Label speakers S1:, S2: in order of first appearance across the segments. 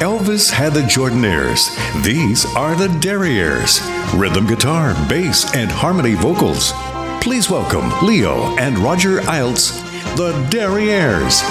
S1: Elvis had the Jordanaires. These are the Derriers. Rhythm guitar, bass, and harmony vocals. Please welcome Leo and Roger Iltz, the Derriers.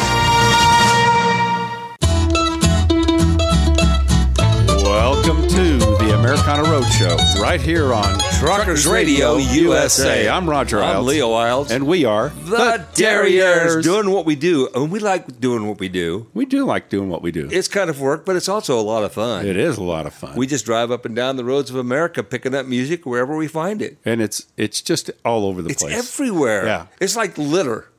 S2: Welcome to the Americana Roadshow, right here on
S3: Truckers Radio USA.
S2: I'm Roger
S3: I'm
S2: Iles.
S3: Leo Iles.
S2: And we are
S3: the Uh, Terriers doing what we do, and we like doing what we do.
S2: We do like doing what we do.
S3: It's kind of work, but it's also a lot of fun.
S2: It is a lot of fun.
S3: We just drive up and down the roads of America picking up music wherever we find it.
S2: and it's it's just all over the
S3: It's
S2: place.
S3: everywhere.
S2: Yeah.
S3: It's like litter,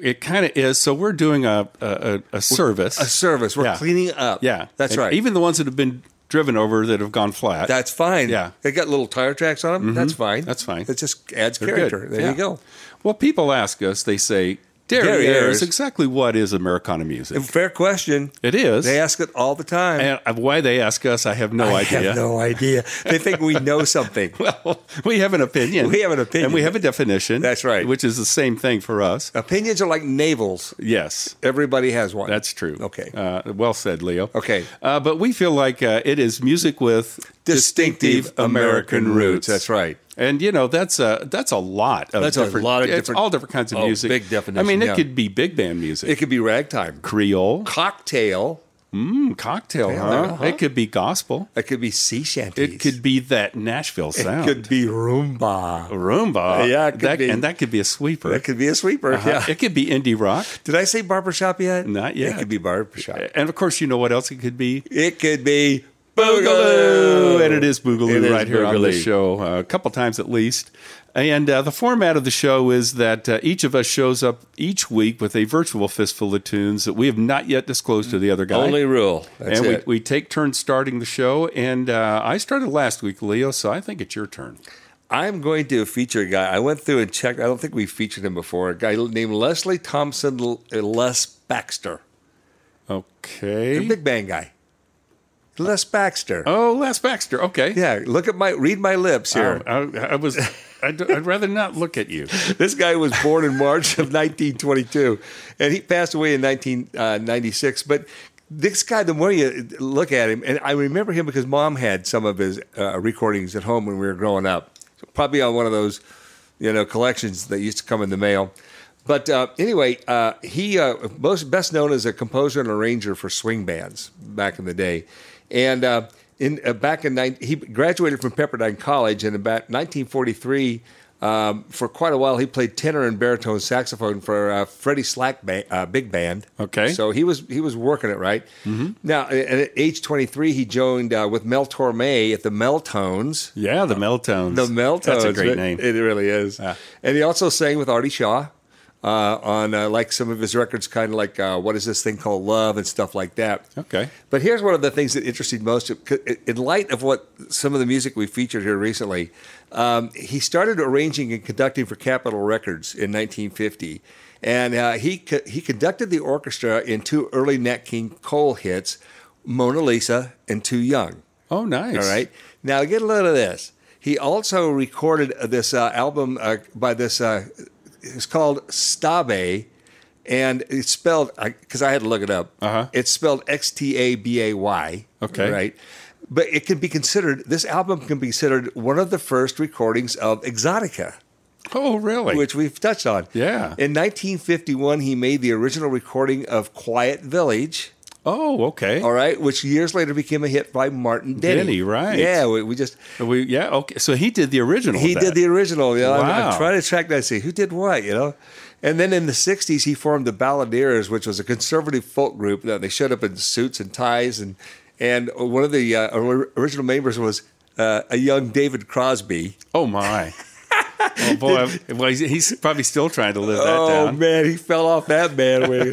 S2: it kind of is. So we're doing a a, a, a service.
S3: a service. We're
S2: Yeah.
S3: cleaning up.
S2: Yeah,
S3: That's
S2: And
S3: right.
S2: Even the ones that have been driven over that have gone flat.
S3: that's fine.
S2: Yeah. Mm-hmm.
S3: They got little tire tracks on them. That's fine.
S2: That's fine.
S3: It just adds
S2: They're good.
S3: character. There
S2: Yeah.
S3: you go.
S2: well, people ask us. They say Derriers.
S3: Derriers.
S2: Exactly what is Americana music?
S3: Fair question.
S2: It is.
S3: They ask it all the time.
S2: and uh, why they ask us, I have no
S3: I
S2: idea.
S3: have no idea. They think we know something.
S2: Well, we have an opinion.
S3: We have an opinion.
S2: And we have a definition.
S3: That's right. Uh,
S2: Which is the same thing for us.
S3: Opinions are like navels.
S2: Yes.
S3: Everybody has one.
S2: That's true.
S3: Okay.
S2: Uh, well said, Leo.
S3: Okay.
S2: Uh, but we feel like uh, it is music with distinctive, American, roots.
S3: That's right.
S2: And you know that's a that's a lot of
S3: That's a
S2: different,
S3: lot of
S2: it's
S3: different-
S2: all different kinds of
S3: Oh,
S2: music.
S3: big definition,
S2: I mean, it
S3: yeah.
S2: could be big band music,
S3: It could be ragtime,
S2: Creole,
S3: cocktail.
S2: mm, cocktail, huh?
S3: uh-huh.
S2: It could be gospel.
S3: It could be sea shanties.
S2: It could be that Nashville
S3: It
S2: sound,
S3: could be rumba.
S2: rumba.
S3: Yeah, it could
S2: That-
S3: be.
S2: and that could be a sweeper.
S3: It could be a sweeper.
S2: Uh,
S3: Yeah.
S2: It could be indie rock.
S3: Did I say barbershop yet?
S2: Not yet. Eh.
S3: It could be barbershop.
S2: And of course, you know what else it could be?
S3: It could be boogaloo.
S2: And it is Boogaloo
S3: It is
S2: right here on the
S3: Boogaloo.
S2: show, uh, a couple times at least. And uh, the format of the show is that uh, each of us shows up each week with a virtual fistful of tunes that we have not yet disclosed to the other guy.
S3: Only rule. That's
S2: and we,
S3: it.
S2: we take turns starting the show. And uh, I started last week, Leo, so I think it's your turn.
S3: I'm going to feature a guy. I went through and checked. I don't think we featured him before. A guy named Leslie Thompson L- Les Baxter. The
S2: Okay.
S3: Big Bang guy. Les Baxter.
S2: Oh, Les Baxter. Okay.
S3: Yeah, look at my read my lips here.
S2: Oh, I, I was. I'd, I'd rather not look at you.
S3: This guy was born in March of 1922, and he passed away in 1996. But this guy, the more you look at him, and I remember him because mom had some of his uh, recordings at home when we were growing up, probably on one of those, you know, collections that used to come in the mail. But uh, anyway, uh, he uh, most best known as a composer and arranger for swing bands back in the day, and uh, in uh, back in nine, he graduated from Pepperdine College in about 1943. Um, for quite a while, he played tenor and baritone saxophone for uh, Freddie Slack ba- uh, big band.
S2: Okay.
S3: so he was he was working it right. Now, a- and at age 23, he joined uh, with Mel Torme at the Meltones.
S2: Yeah, the Meltones.
S3: The Meltones.
S2: That's a great
S3: It-
S2: name.
S3: It really is.
S2: Yeah.
S3: And he also sang with Artie Shaw uh, on uh, like some of his records, kind of like uh, what is this thing called Love and stuff like that.
S2: Okay.
S3: But here's one of the things that interested most, uh, in light of what some of the music we featured here recently. Um, he started arranging and conducting for Capitol Records in 1950, and uh, he co- he conducted the orchestra in two early Nat King Cole hits, "Mona Lisa" and "Too Young."
S2: Oh, nice.
S3: All right. Now get a load of this. He also recorded this uh, album uh, by this. Uh, it's called Stabe, and it's spelled because I had to look it up.
S2: Uh-huh.
S3: It's spelled X T A B A Y.
S2: Okay.
S3: Right. But it can be considered. This album can be considered one of the first recordings of Exotica
S2: Oh, really?
S3: which we've touched on.
S2: Yeah.
S3: In 1951, he made the original recording of Quiet Village.
S2: oh, okay.
S3: All right, which years later became a hit by Martin Denny.
S2: Denny, right.
S3: Yeah, we, we just
S2: We, yeah, okay. So he did the original.
S3: He
S2: of
S3: did
S2: that.
S3: the original. You know, I'm- I'm,
S2: Wow.
S3: trying to track that. See who did what. You know, and then in the '60s he formed the Balladeers, which was a conservative folk group. Now, they showed up in suits and ties, and and one of the uh, or- original members was uh, a young David Crosby.
S2: Oh my. oh boy. Well, he's, he's probably still trying to live that
S3: oh
S2: down.
S3: man, he fell off that bad way.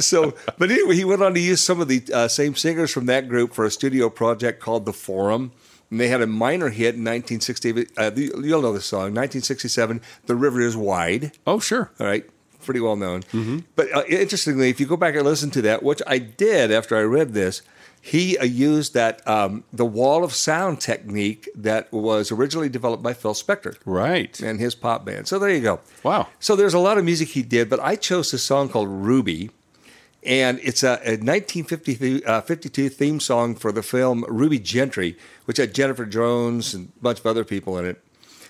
S3: so, but anyway, he went on to use some of the uh, same singers from that group for a studio project called The Forum. And they had a minor hit in 1960. Uh, the, you'll know this song, 1967, The River Is Wide.
S2: Oh, sure.
S3: All right. Pretty well known. But uh, interestingly, if you go back and listen to that, which I did after I read this, he uh, used that um, the wall of sound technique that was originally developed by Phil Spector
S2: Right.
S3: and his pop band. So there you go.
S2: Wow.
S3: So there's a lot of music he did, but I chose this song called Ruby, and it's a, a 1952 uh, 52 theme song for the film Ruby Gentry, which had Jennifer Jones and a bunch of other people in it.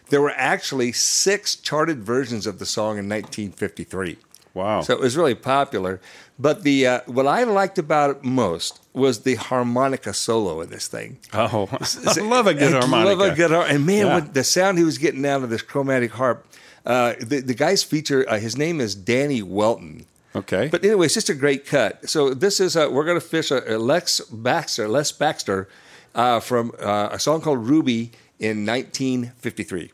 S3: There were actually six charted versions of the song in 1953.
S2: Wow.
S3: So it was really popular. But the uh, what I liked about it most was the harmonica solo in this thing.
S2: oh, I love a good
S3: I
S2: harmonica.
S3: Love a good har- and man,
S2: Yeah.
S3: what the sound he was getting out of this chromatic harp. Uh, the the guy's feature. Uh, his name is Danny Welton.
S2: okay.
S3: But anyway, it's just a great cut. So this is uh we're going to fish a, a Lex Baxter, Les Baxter, uh, from uh, a song called Ruby in 1953.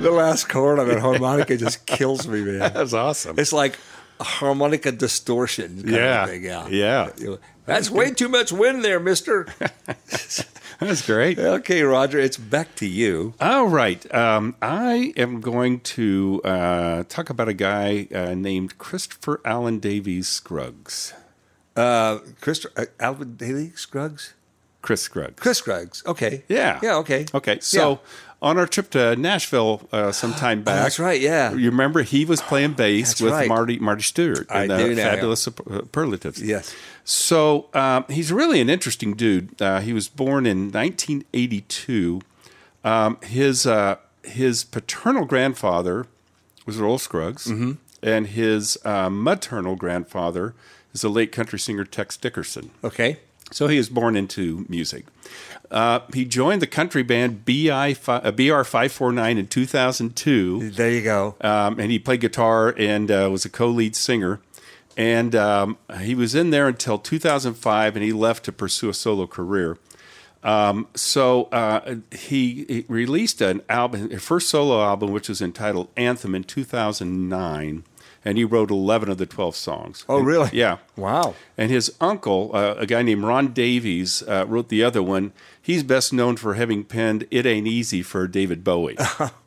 S3: The last chord on that harmonica just kills me, man.
S2: That's awesome.
S3: It's like a harmonica distortion. Kind
S2: Yeah.
S3: Of thing. Yeah.
S2: Yeah.
S3: That's way too much wind there, mister.
S2: That's great.
S3: okay, Roger, it's back to you.
S2: All right. Um, I am going to uh, talk about a guy uh, named Christopher Allen Davies Scruggs.
S3: Uh, Chris, uh, Albert Daly Scruggs?
S2: Chris Scruggs.
S3: Chris Scruggs. Okay.
S2: Yeah.
S3: Yeah, okay.
S2: Okay. So
S3: Yeah.
S2: on our trip to Nashville uh, some time back.
S3: Oh, that's right, yeah.
S2: You remember he was playing bass
S3: That's
S2: with
S3: right.
S2: Marty Marty Stewart
S3: I
S2: and the
S3: do now, yeah.
S2: Fabulous Sup- uh, Superlatives.
S3: Yes.
S2: So um, he's really an interesting dude. Uh, he was born in 1982. Um, his uh, his paternal grandfather was Earl Scruggs,
S3: Mm-hmm.
S2: and his uh, maternal grandfather is the late country singer Tex Dickerson.
S3: Okay.
S2: So he was born into music. Uh, he joined the country band BI fi- uh, BR 549 in 2002,
S3: There you go.
S2: uh, um, and he played guitar and uh, was a co lead singer. and um, he was in there until 2005, and he left to pursue a solo career. Um, so uh, he, he released an album, his first solo album, which was entitled Anthem in 2009, and he wrote 11 of the 12 songs.
S3: Oh,
S2: And-
S3: really?
S2: Yeah.
S3: Wow.
S2: And his uncle, uh, a guy named Ron Davies, uh, wrote the other one. He's best known for having penned "It Ain't Easy" for David Bowie.
S3: Really?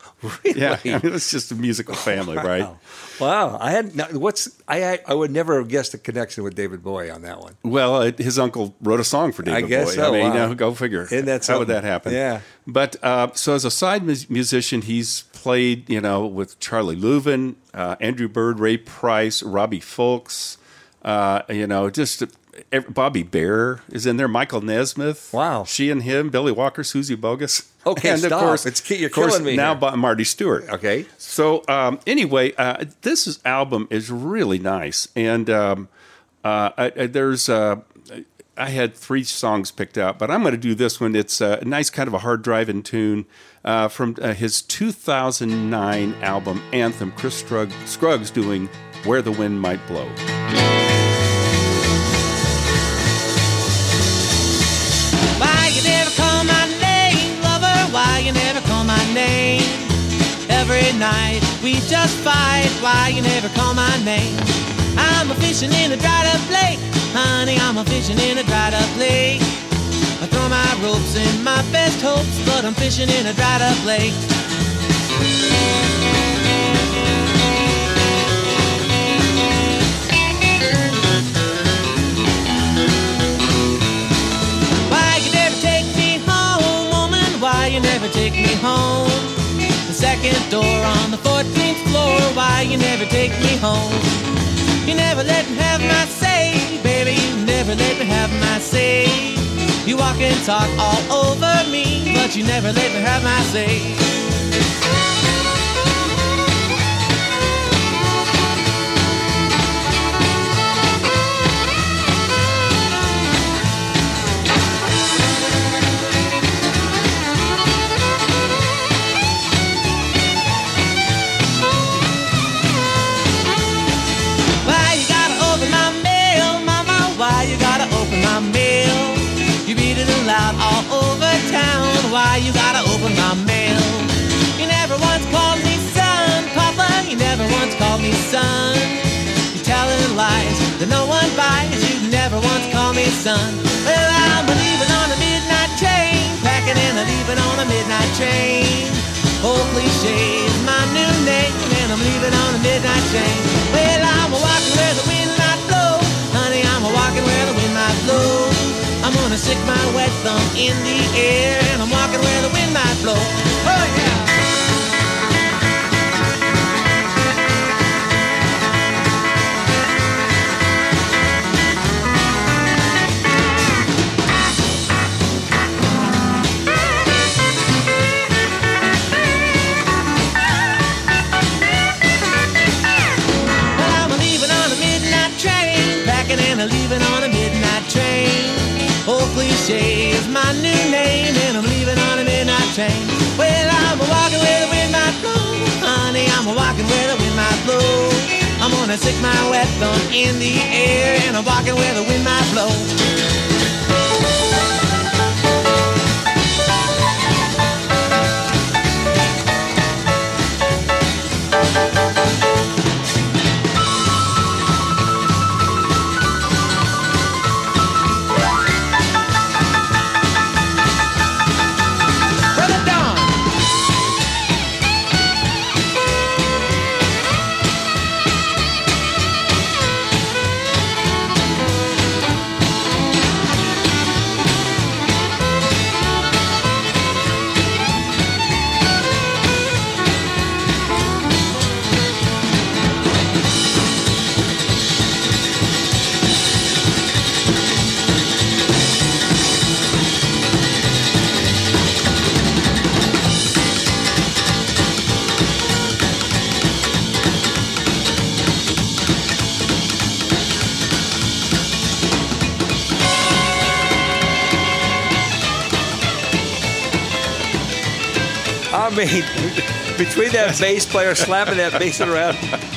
S2: Yeah, I mean, it's just a musical family, right?
S3: Wow. I had not, what's I, I I would never have guessed the connection with David Bowie on that one.
S2: Well, it, his uncle wrote a song for David
S3: I guess
S2: Bowie.
S3: so,
S2: I mean,
S3: wow.
S2: now go figure.
S3: Isn't that
S2: How would
S3: something?
S2: that happen?
S3: Yeah.
S2: But uh, so as a side mus- musician, he's played, you know, with Charlie Leuven, uh, Andrew Bird, Ray Price, Robbie Fulks, uh, you know, just ev- Bobby Bear is in there, Michael Nesmith.
S3: Wow.
S2: She and him, Billy Walker, Susie Bogus.
S3: Okay,
S2: and
S3: stop.
S2: Of course,
S3: It's ki- you're
S2: of course,
S3: killing me
S2: Now
S3: here.
S2: Bo- Marty Stewart.
S3: Okay.
S2: So um, anyway, uh, this is, album is really nice, and um, uh, I, I, there's uh, I had three songs picked out, but I'm going to do this one. It's a nice kind of a hard driving tune uh, from uh, his 2009 album Anthem. Chris Strug- Scruggs doing "Where the Wind Might Blow."
S4: Why you never call my name, lover? Why you never call my name? Every night we just fight. Why you never call my name? I'm a fishing in a dried up lake, honey. I'm a fishing in a dried up lake. I throw my ropes in my best hopes, but I'm fishing in a dried up lake. Why you never take me home, woman? Why you never take me home? The second door on the 14th floor. Why you never take me home? You never let me have my say, baby. You never let me have my say. You walk and talk all over me, but you never let me have my say. Why you gotta open my mail, mama? Why you gotta open my mail? You read it aloud all over town. Why you gotta open my mail? You never once called me son, papa. You never once called me son. You're telling lies that no one buys. You never once called me son. Well, I'm leaving on a midnight train, packing and I'm leaving on a midnight train. Oh, cliche is my new name, and I'm leaving on a midnight train. Well, I'm a walking where the wind might blow, honey. I'm a walking where the wind might blow. I'm gonna stick my wet thumb in the air, and I'm walking where the wind might blow. Oh yeah. Well, I'm leaving on a midnight train, packing and I'm leaving on a midnight train. Oh, cliche is my new name, and I'm leaving on a midnight train. Well, I'm a walking where the wind might blow, honey. I'm a walking where the wind might blow. I'm gonna stick my wet thumb in the air, and I'm walking where the wind might blow. Brother Don.
S3: I mean, between that bass player slapping that bass around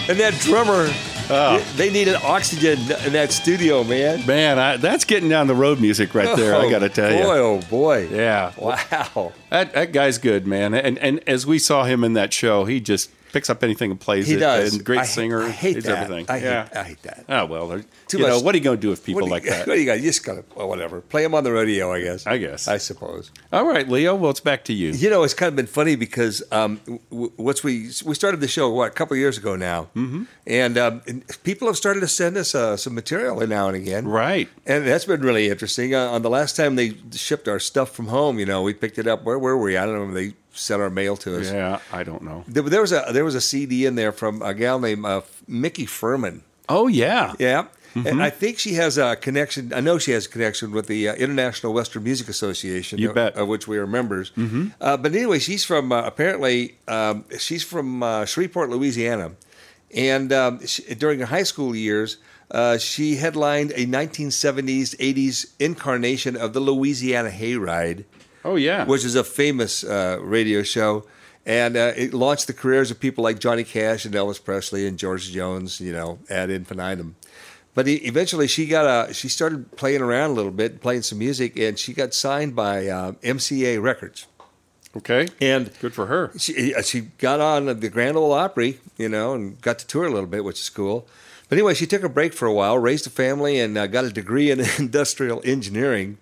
S3: and that drummer
S2: Oh.
S3: they needed oxygen in that studio, man.
S2: Man, I, that's getting down the road music right there. I got to tell
S3: Oh, boy,
S2: you.
S3: oh boy,
S2: Yeah.
S3: wow.
S2: That, that guy's good, man. And and as we saw him in that show, he just picks up anything and plays
S3: He
S2: it.
S3: does.
S2: And great
S3: I-
S2: singer.
S3: I hate
S2: He's
S3: that.
S2: everything.
S3: I hate,
S2: yeah.
S3: I hate that.
S2: Oh well, there-
S3: Too
S2: you know,
S3: much-
S2: what are you going to do with
S3: What
S2: people
S3: do you-
S2: like that?
S3: What do you got? You just gotta, well, whatever. Play them on the radio, I guess.
S2: I guess.
S3: I suppose.
S2: All right, Leo. Well, it's back to you.
S3: You know, it's kind of been funny because um, w- w- once we we started the show, what a couple years ago now, mm-hmm. and, um, and people have started to send us uh, some material now and again,
S2: Right.
S3: And that's been really interesting. Uh, on the last time they shipped our stuff from home, you know, we picked it up. Where were we? I don't know. They sent our mail to us.
S2: Yeah, I don't know.
S3: There, there was a there was a CD in there from a gal named uh, Mickey Furman.
S2: Oh yeah. Mm-hmm.
S3: Yeah. And I think she has a connection. I know she has a connection with the uh, International Western Music Association,
S2: You
S3: of,
S2: bet. Mm-hmm.
S3: of which we are members. Uh, but anyway, she's from uh, apparently um, she's from uh, Shreveport, Louisiana, and um, she, during her high school years, uh, she headlined a 1970s '80s incarnation of the Louisiana Hayride
S2: Oh yeah.
S3: which is a famous uh, radio show. And uh, it launched the careers of people like Johnny Cash and Elvis Presley and George Jones, you know, ad infinitum. But e eventually, she got a. She started playing around a little bit, playing some music, and she got signed by uh, MCA Records.
S2: okay.
S3: And
S2: Good for her.
S3: she uh, she got on the Grand Ole Opry, you know, and got to tour a little bit, which is cool. But anyway, she took a break for a while, raised a family, and uh, got a degree in industrial engineering,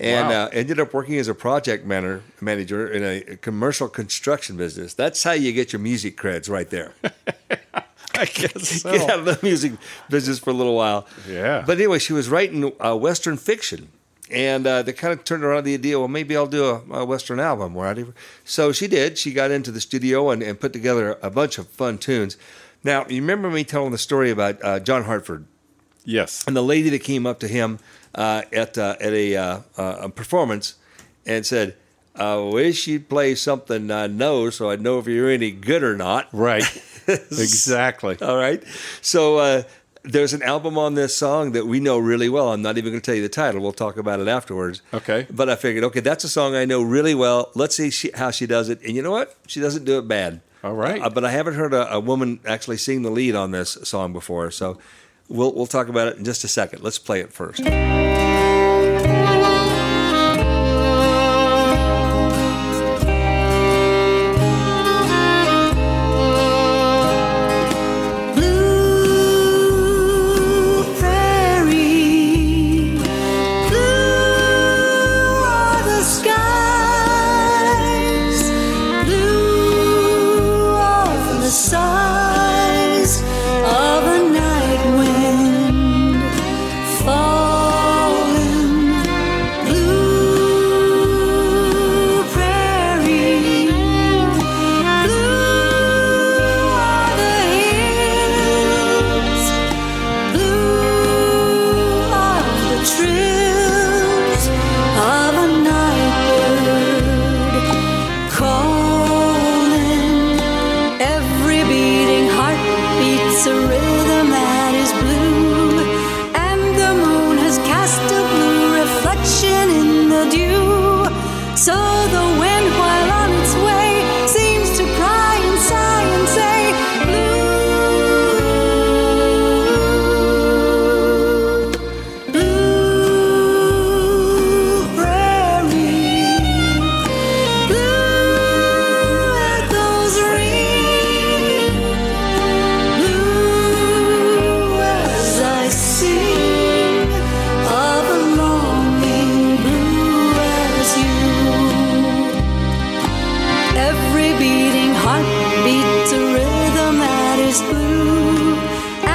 S3: and
S2: Wow.
S3: uh, ended up working as a project manager manager in a commercial construction business. That's how you get your music creds, right there.
S2: I guess so.
S3: Get out of the music business for a little while.
S2: Yeah.
S3: But anyway, she was writing uh, Western fiction. And uh, they kind of turned around the idea, well, maybe I'll do a, a Western album. Where I so she did. She got into the studio and, and put together a bunch of fun tunes. Now, you remember me telling the story about uh, John Hartford
S2: Yes.
S3: and the lady that came up to him uh, at uh, at a, uh, uh, a performance and said, "I wish you'd play something I know, so I'd know if you're any good or not."
S2: Right. exactly.
S3: All right. So uh, there's an album on this song that we know really well. I'm not even going to tell you the title. We'll talk about it afterwards.
S2: Okay.
S3: But I figured, okay, that's a song I know really well. Let's see she, how she does it. And you know what? She doesn't do it bad.
S2: All right.
S3: Uh, but I haven't heard a, a woman actually sing the lead on this song before. So we'll, we'll talk about it in just a second. Let's play it first.
S5: Blue prairie, blue are the skies, blue are the sighs of a night wind falling. Blue prairie, blue are the hills, blue are the trills of a nightbird calling. Every beating heart beats a rhythm that is blue, and the moon has cast a blue reflection in the dew. So the wind, while on its way, seems to cry and sigh and say, Blue, blue prairie. Blue echoes ring, blue as I sing of a longing, blue as you. Every beating heart beats a rhythm that is blue.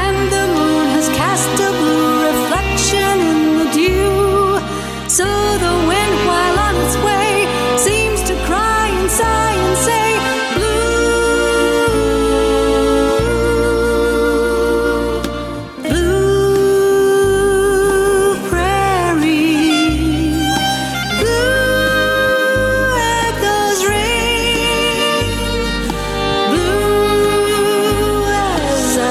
S5: And the moon has cast a blue reflection in the dew. So the wind, while on its way, seems to cry and sigh and say, Blue. Blue prairie. Blue echoes ring, blue as I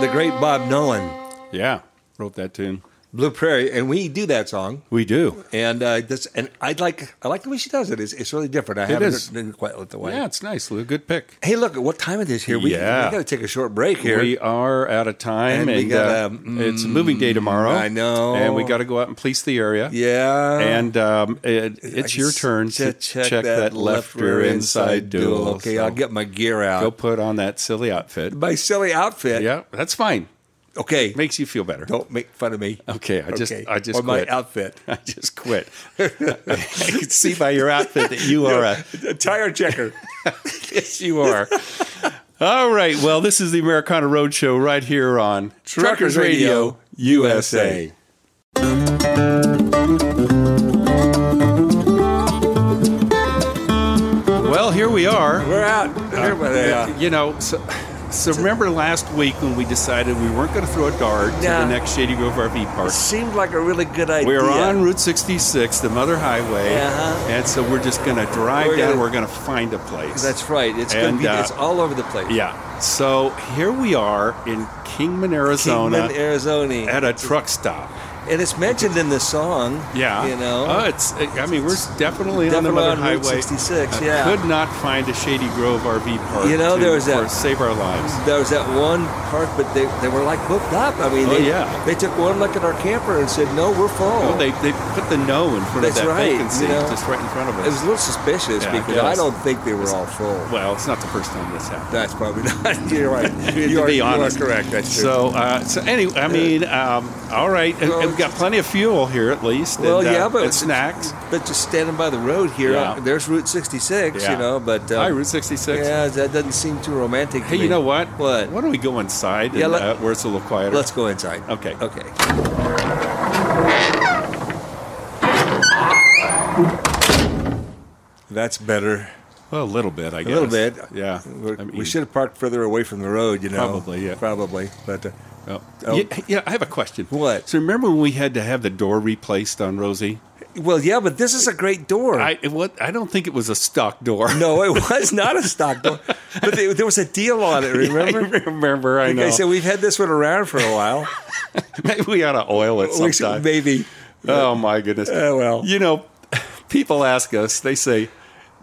S3: the great Bob Nolan,
S2: Yeah, wrote that tune.
S3: Blue Prairie, and we do that song.
S2: We do.
S3: And uh, this, and I'd like, I like the way she does it. It's, it's really different. I haven't
S2: is.
S3: been quite lit the way.
S2: Yeah, it's nice, Lou. Good pick.
S3: Hey, look at what time it is here. We,
S2: Yeah.
S3: we got to take a short break here.
S2: We are out of time,
S3: And
S2: and,
S3: we gotta,
S2: uh, it's moving day tomorrow.
S3: I know.
S2: and we got to go out and police the area.
S3: yeah.
S2: and um, it,
S3: Uh, I
S2: it's
S3: can
S2: your
S3: s-
S2: turn
S3: ch-
S2: to check, that, left rear inside dual.
S3: Okay,
S2: So
S3: I'll get my gear out.
S2: go put on that silly outfit.
S3: my silly outfit.
S2: Yeah, that's fine.
S3: Okay.
S2: Makes you feel better.
S3: Don't make fun of me.
S2: Okay, I just, I just
S3: or my
S2: quit.
S3: outfit.
S2: I just quit. I can see by your outfit that you are a
S3: A tire checker.
S2: yes, you are. All right. Well, this is the Americana Roadshow right here on
S3: Truckers
S2: Truckers Radio
S3: Radio
S2: USA. Well, here we are.
S3: We're out. Here we are.
S2: You know, so, so remember last week when we decided we weren't going to throw a dart
S3: Yeah.
S2: to the next Shady Grove RV park?
S3: Seemed like a really good idea.
S2: We're on Route 66, the Mother Highway,
S3: Uh-huh.
S2: and so we're just going to drive
S3: We're
S2: down.
S3: gonna-
S2: we're going to find a place.
S3: That's right. It's
S2: And,
S3: gonna be.
S2: uh,
S3: it's all over the place.
S2: Yeah. So here we are in Kingman, Arizona,
S3: Kingman, Arizona,
S2: at a truck stop.
S3: and it's mentioned in the song.
S2: Yeah.
S3: you know.
S2: Oh, it's. I mean, we're definitely, on the
S3: Definitely
S2: Mother
S3: on Route
S2: Highway.
S3: 66,
S2: I
S3: yeah.
S2: Could not find a Shady Grove RV park.
S3: You know,
S2: to,
S3: there was that- Oh.
S2: for save our lives.
S3: there was that one park, but they, they were like booked up. I mean,
S2: Oh,
S3: they,
S2: yeah.
S3: they took one look at our camper and said, "No, we're full."
S2: Oh, they they put the no in front
S3: That's
S2: of that
S3: right, you
S2: vacancy
S3: know.
S2: just right in front of
S3: it
S2: us.
S3: was a little suspicious
S2: Yeah,
S3: because
S2: it
S3: I
S2: was.
S3: don't think they were all full.
S2: well, it's not the first time this happened.
S3: That's probably not. You're right.
S2: To
S3: you, are,
S2: be
S3: you are
S2: honest.
S3: correct. That's true.
S2: So, uh, so anyway, I mean, um, all right, and,
S3: Well,
S2: and we've got plenty of fuel here at least.
S3: well,
S2: and, uh,
S3: yeah, but
S2: and snacks.
S3: But just standing by the road here,
S2: Yeah.
S3: uh, there's Route 66.
S2: Yeah.
S3: You know, but uh,
S2: Hi, Route 66.
S3: yeah, that doesn't seem too romantic. to
S2: Hey,
S3: me.
S2: you know what?
S3: What?
S2: Why don't we go inside and,
S3: Yeah, let-
S2: uh, where it's a little quieter?
S3: Let's go inside.
S2: Okay.
S3: Okay. That's better.
S2: Well, a little bit, I guess.
S3: A little bit.
S2: Yeah.
S3: We're-
S2: I mean,
S3: we should have parked further away from the road, you know.
S2: Probably, yeah.
S3: Probably. But uh,
S2: Oh.
S3: Oh.
S2: Yeah, yeah, I have a question.
S3: What?
S2: So remember when we had to have the door replaced on Rosie?
S3: well, yeah, but this is a great door.
S2: I it what? I don't think it was a stock door.
S3: no, it was not a stock door, but they, there was a deal on it. Remember?
S2: I remember. I
S3: Like
S2: know.
S3: I said, we've had this one around for a while.
S2: Maybe we ought to oil it
S3: We should-
S2: sometime.
S3: Maybe.
S2: Oh my goodness.
S3: Oh, well.
S2: You know, people ask us. They say.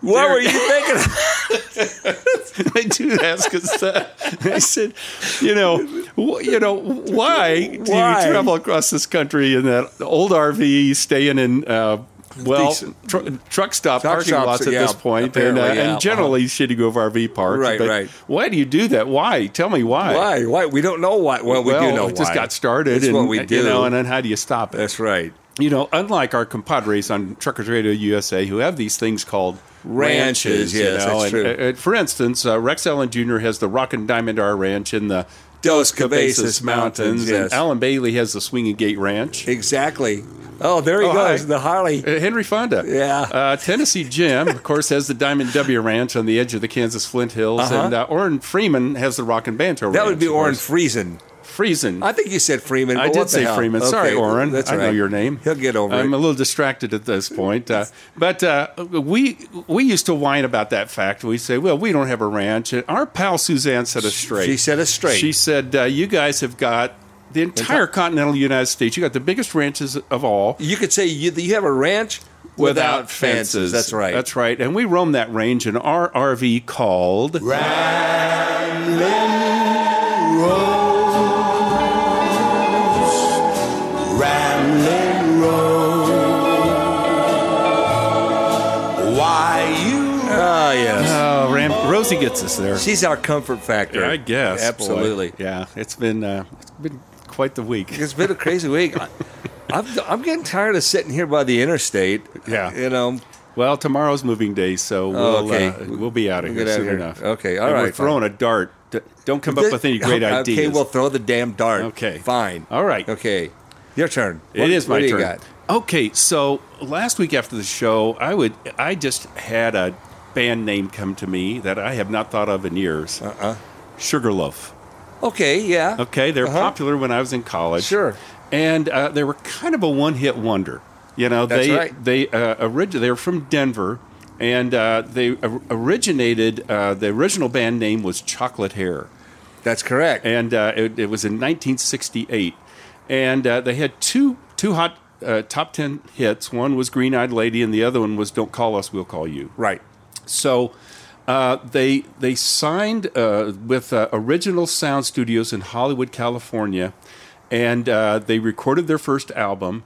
S3: What
S2: There-
S3: were you thinking?
S2: they do ask us that. They said, you know, wh- you know, why, do
S3: Why?
S2: you travel across this country in that old RV, staying in uh, well
S3: These-
S2: tr- truck stop
S3: Truck
S2: parking
S3: shops,
S2: lots at
S3: yeah,
S2: this point, and, uh,
S3: apparently, yeah, uh-huh.
S2: and generally Shitty Grove RV parks.
S3: Right,
S2: but
S3: right.
S2: Why do you do that? Why? Tell me why.
S3: Why? Why? We don't know why. Well, we
S2: well,
S3: do know
S2: it just
S3: why.
S2: got started.
S3: It's
S2: and,
S3: what we do.
S2: You know, and then how do you stop it?
S3: That's right.
S2: you know, unlike our compadres on Truckers Radio USA who have these things called
S3: Ranches,
S2: ranches you
S3: yes,
S2: know,
S3: that's
S2: and,
S3: true.
S2: uh, uh, for instance, uh, Rex Allen Jr. has the Rock and Diamond R Ranch in the
S3: Dos
S2: Cabezas Mountains,
S3: yes.
S2: and Alan Bailey has the Swinging Gate Ranch.
S3: Exactly. Oh, there he
S2: Oh,
S3: goes.
S2: hi.
S3: The Harley.
S2: Uh, Henry Fonda.
S3: Yeah.
S2: Uh, Tennessee Jim, of course, has the Diamond W Ranch on the edge of the Kansas Flint Hills. And uh, Orin Freeman has the Rock and Banjo Ranch.
S3: Uh-huh. That would be
S2: of
S3: Orrin
S2: course.
S3: Friesen.
S2: Friesen.
S3: I think you said Freeman.
S2: I
S3: but what
S2: did
S3: the
S2: say
S3: hell?
S2: Freeman.
S3: Okay,
S2: Sorry, Orrin.
S3: That's
S2: I
S3: right.
S2: know your name.
S3: He'll get over
S2: I'm a
S3: it.
S2: little distracted at this point, uh, but uh, we we used to whine about that fact. We say, well, we don't have a ranch. And our pal Suzanne set us straight.
S3: She set us straight.
S2: She said, uh, you guys have got the entire continental United States. You got the biggest ranches of all.
S3: you could say you, you have a ranch without, fences. That's right.
S2: That's right. And we roam that range in our RV called
S6: Ramblin' Road. Why you
S3: Ah, yes.
S2: uh, Ram- Rosie gets us there.
S3: She's our comfort factor.
S2: I guess. boy.
S3: Absolutely.
S2: Yeah. It's been uh, it's been quite the week.
S3: It's been a crazy week. I, I'm, I'm getting tired of sitting here by the interstate.
S2: Yeah.
S3: You know,
S2: Well, tomorrow's moving day, so we'll
S3: Oh, okay.
S2: uh, we'll be out of
S3: We'll get out
S2: here soon
S3: of here.
S2: enough.
S3: Okay, all
S2: all right. We're
S3: right, fine.
S2: throwing a dart. D- Don't come up with any great
S3: okay,
S2: ideas.
S3: Okay, we'll throw the damn dart.
S2: Okay.
S3: Fine.
S2: All right.
S3: Okay. Your turn.
S2: It is my
S3: what do
S2: turn.
S3: You got?
S2: Okay, so last week after the show, I would I just had a band name come to me that I have not thought of in years. Uh-uh. Sugarloaf.
S3: Okay, yeah.
S2: Okay, they're
S3: Uh-huh.
S2: popular when I was in college.
S3: Sure.
S2: and uh, they were kind of a one-hit wonder. You know,
S3: That's
S2: they
S3: right.
S2: they uh, origi- They were from Denver, and uh, they or- originated. Uh, the original band name was Chocolate Hair.
S3: That's correct.
S2: and uh, it, it was in 1968. And uh, they had two two hot uh, top ten hits. One was Green Eyed Lady, and the other one was Don't Call Us, We'll Call You.
S3: right.
S2: So uh, they they signed uh, with uh, Original Sound Studios in Hollywood, California, and uh, they recorded their first album.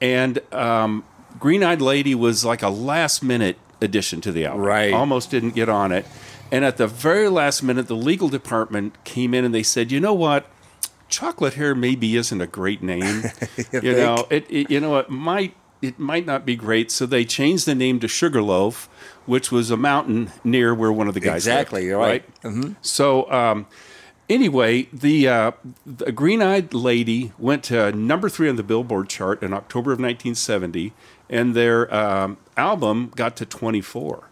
S2: And um, Green Eyed Lady was like a last minute addition to the album.
S3: Right.
S2: almost didn't get on it. And at the very last minute, the legal department came in and they said, "You know what? Chocolate hair maybe isn't a great name. you know, it, it you know it might it might not be great. So they changed the name to Sugarloaf, which was a mountain near where one of the guys
S3: Exactly,
S2: lived,
S3: you're right. Mm-hmm.
S2: So um, anyway, the, uh, the Green Eyed Lady went to number three on the Billboard chart in October of 1970, and their um, album got to 24.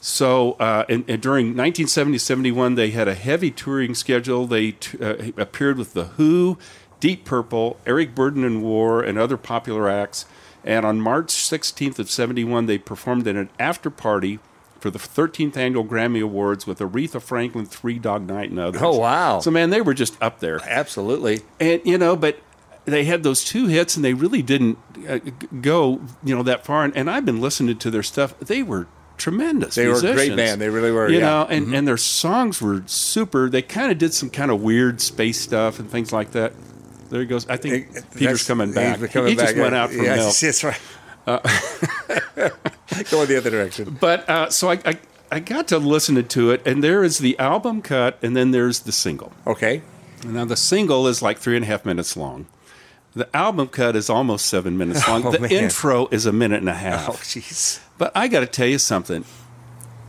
S2: So, uh, and, and during 1970 71, they had a heavy touring schedule. They t- uh, appeared with The Who, Deep Purple, Eric Burden and War, and other popular acts. And on March 16th of 71, they performed at an after party for the 13th annual Grammy Awards with Aretha Franklin, Three Dog Night, and others.
S3: Oh, wow.
S2: So, man, they were just up there
S3: Absolutely.
S2: and you know, but they had those two hits, and they really didn't uh, g- go, you know, that far. And, and I've been listening to their stuff; they were tremendous.
S3: They were a great
S2: musicians.
S3: band. They really were,
S2: You
S3: yeah. Mm-hmm.
S2: know, and, and their songs were super. They kind of did some kind of weird space stuff and things like that. There he goes. I think
S3: That's-
S2: Peter's coming back.
S3: He's coming
S2: he just
S3: back.
S2: went out for
S3: yes,
S2: milk. Uh,
S3: That's right. Go in the other direction.
S2: But uh, so I, I, I got to listening to it, and there is the album cut, and then there's the single.
S3: Okay.
S2: Now the single is like three and a half minutes long. The album cut is almost seven minutes long.
S3: Oh,
S2: the
S3: man.
S2: intro is a minute and a
S3: Oh,
S2: half.
S3: jeez.
S2: But I got to tell you something.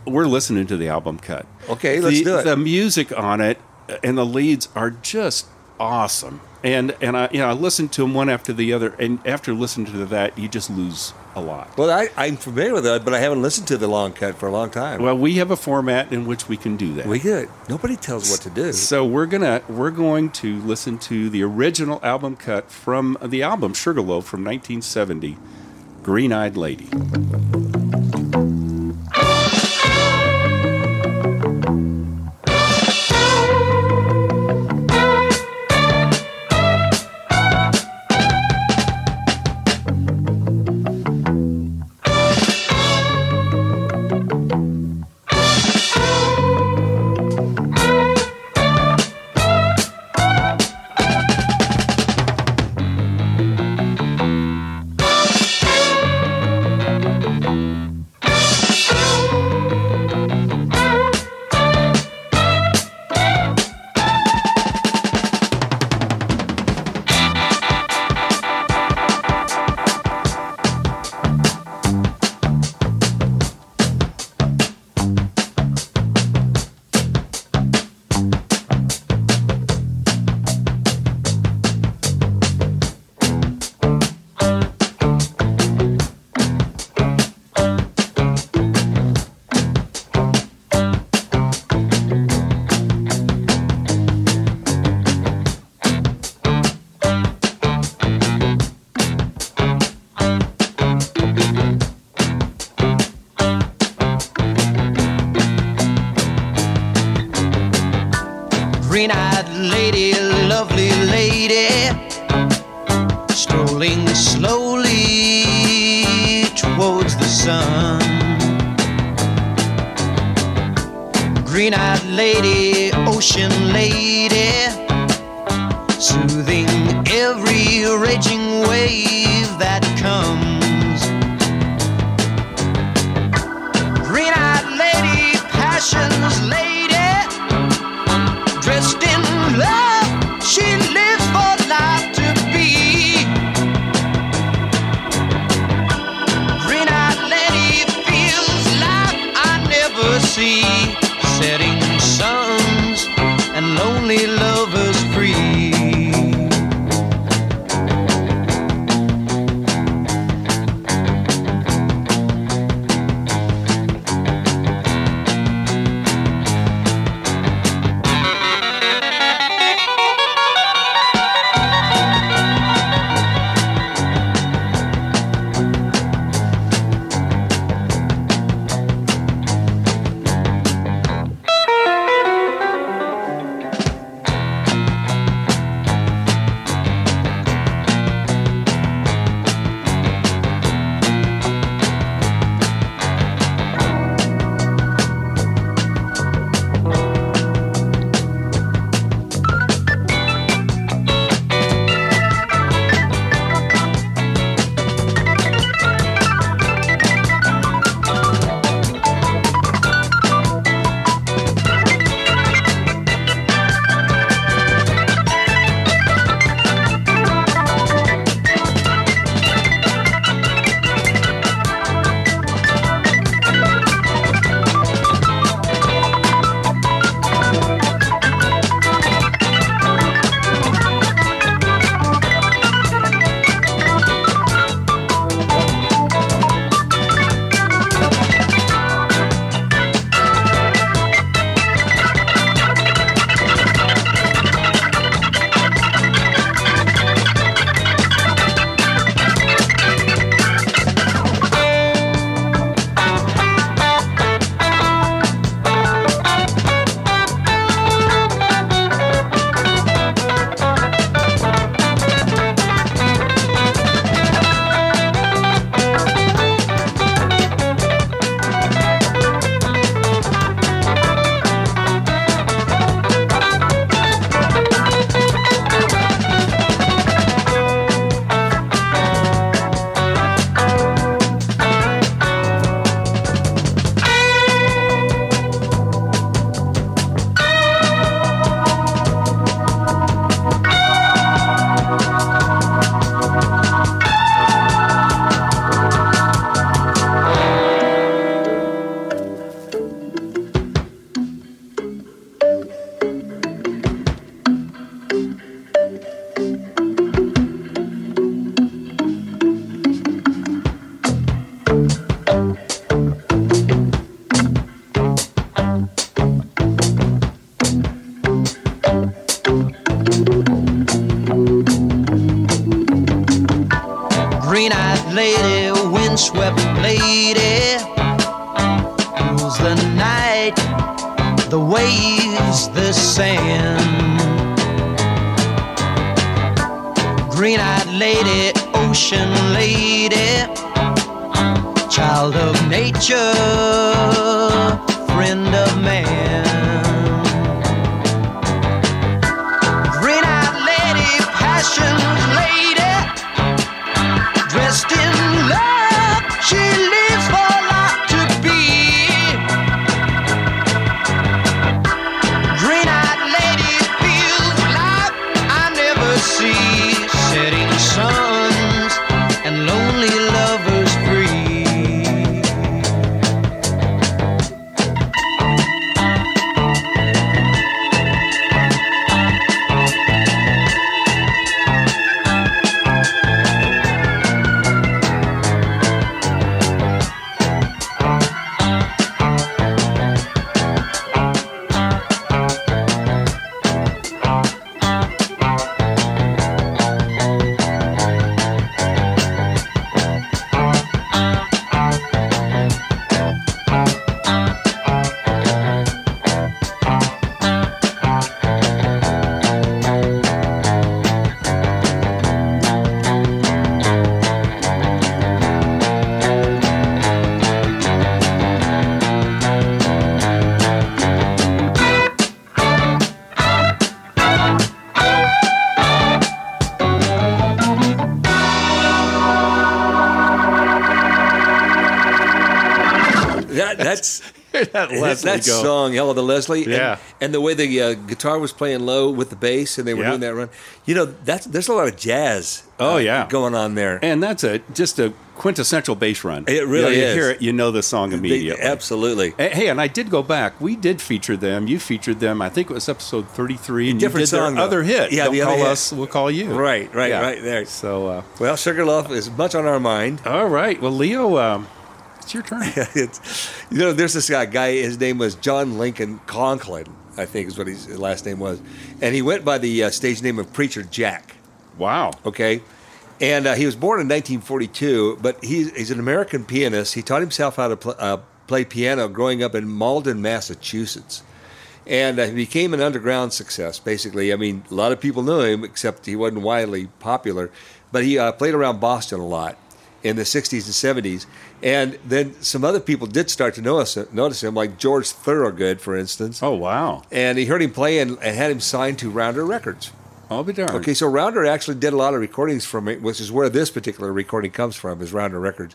S2: We're listening to the album cut.
S3: Okay, let's
S2: the,
S3: do it.
S2: The music on it and the leads are just awesome. And and I you know I listened to them one after the other, and after listening to that, you just lose a lot.
S3: Well, I, I'm familiar with that, but I haven't listened to the long cut for a long time.
S2: Well, we have a format in which we can do that.
S3: we good. Nobody tells what to do.
S2: So we're gonna we're going to listen to the original album cut from the album Sugarloaf from 1970, Green Eyed Lady.
S4: Green eyed lady, lovely lady, strolling slowly towards the sun. Green eyed lady, ocean lady, soothing every raging wave that comes. Green eyed lady, passion's lady dressed in love. She lives for life to be. Green eyed lady feels like I never see. Setting suns and lonely lovers free. lady, windswept lady. It was the night, the waves, the sand. Green eyed lady, ocean lady, child of nature, friend of man. Green eyed lady, passion lady, dressed in love. She lives for life to be. Green eyed lady feels life I never see. Setting suns and lonely lovers free.
S3: That, that's
S2: That Leslie
S3: that
S2: go.
S3: song, "Hell of the Leslie." and-
S2: Yeah.
S3: and, the way the uh, guitar was playing low with the bass, and they were
S2: Yeah.
S3: doing that run. You know, that's there's a lot of jazz.
S2: Oh, yeah.
S3: going on there.
S2: And that's a just a quintessential bass run.
S3: It really
S2: you know,
S3: is.
S2: You hear it, you know the song
S3: They-
S2: immediately.
S3: absolutely.
S2: Eh, Hey, and I did go back. We did feature them. You featured them. I think it was episode thirty-three. And
S3: Different
S2: you did
S3: song, though.
S2: their other hit.
S3: Yeah,
S2: Don't
S3: the other
S2: call
S3: hit.
S2: us. We'll call you.
S3: Right, right,
S2: Yeah.
S3: right there.
S2: So, uh,
S3: Well, Sugarloaf is much on our mind.
S2: all right. Well, Leo, um, it's your turn.
S3: it's, you know, there's this guy, guy. His name was John Lincoln Conklin, I think is what his last name was, and he went by the uh, stage name of Preacher Jack.
S2: wow.
S3: Okay, and uh, he was born in 1942, but he's, he's an American pianist. He taught himself how to pl- uh, play piano growing up in Malden, Massachusetts. And uh, he became an underground success, basically. I mean, a lot of people knew him, except he wasn't widely popular. But he uh, played around Boston a lot in the 60s and 70s. And then some other people did start to notice, notice him, like George Thorogood, for instance.
S2: Oh, wow.
S3: And he heard him play and, and had him signed to Rounder Records.
S2: I'll be darned.
S3: Okay, so Rounder actually did a lot of recordings from it, which is where this particular recording comes from, is Rounder Records.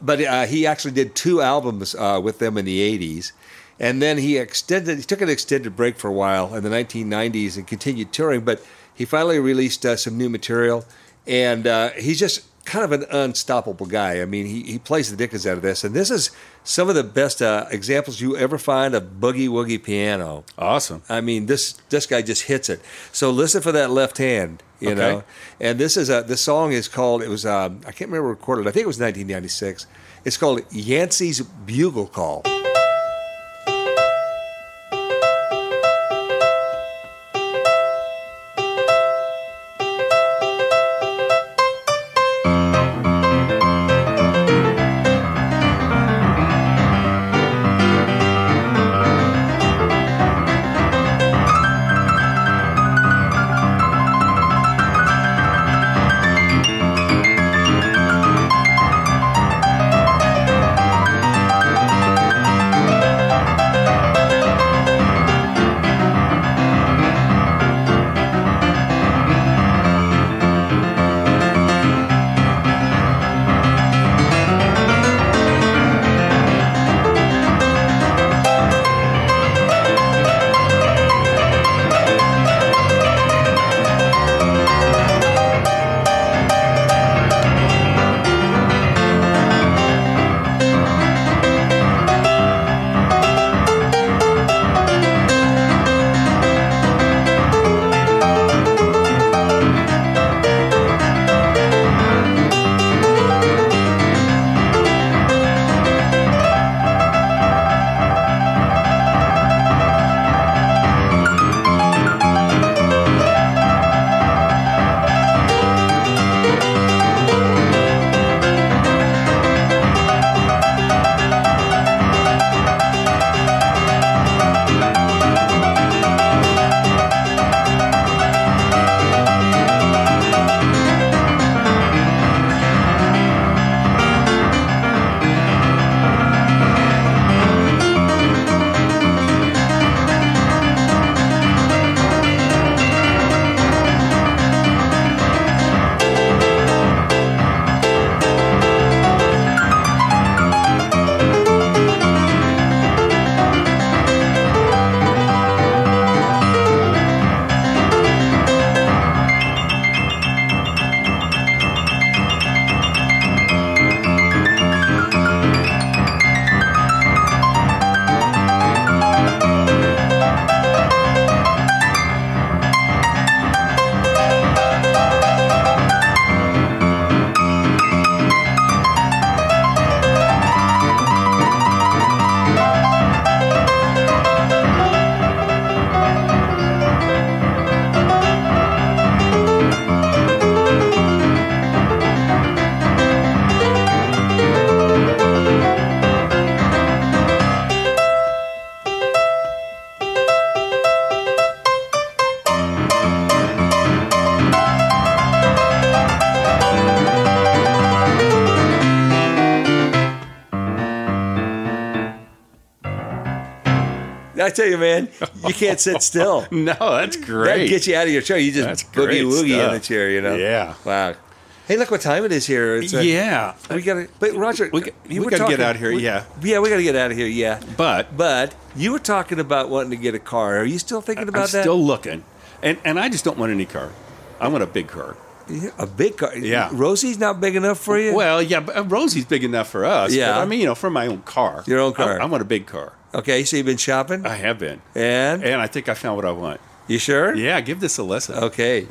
S3: But uh, he actually did two albums uh, with them in the '80s, and then he extended, he took an extended break for a while in the 1990s and continued touring. But he finally released uh, some new material, and uh, he's just kind of an unstoppable guy. I mean, he, he plays the dickens out of this, and this is some of the best uh, examples you ever find of boogie woogie piano.
S2: Awesome.
S3: I mean, this this guy just hits it. So listen for that left hand, you
S2: Okay.
S3: know. And this is a this song is called it was um, I can't remember recorded. I think it was 1996. It's called Yancey's Bugle Call. I tell you, man, you can't sit still.
S2: No, that's
S3: That
S2: great.
S3: gets you out of your chair. You just
S2: That's
S3: boogie
S2: great
S3: woogie in
S2: stuff.
S3: the chair, you know.
S2: Yeah.
S3: Wow. Hey, look what time it is here. It's uh,
S2: yeah.
S3: We gotta, but Roger,
S2: We g-
S3: you
S2: we
S3: were
S2: gotta get
S3: talking-
S2: out of here,
S3: we-
S2: yeah.
S3: yeah, we gotta get out of here, yeah.
S2: But
S3: But you were talking about wanting to get a car. Are you still thinking about
S2: I'm
S3: that?
S2: still looking, and and I just don't want any car. I want a big car.
S3: Yeah, a big car.
S2: Yeah.
S3: Rosie's not big enough for you.
S2: Well, yeah, but uh, Rosie's big enough for us.
S3: Yeah.
S2: but I mean, you know, for my own car.
S3: Your own car.
S2: I, I want a big car.
S3: okay. So you've been shopping,
S2: I have been,
S3: and
S2: and I think I found what I want.
S3: you sure?
S2: Yeah, give this a listen.
S3: Okay.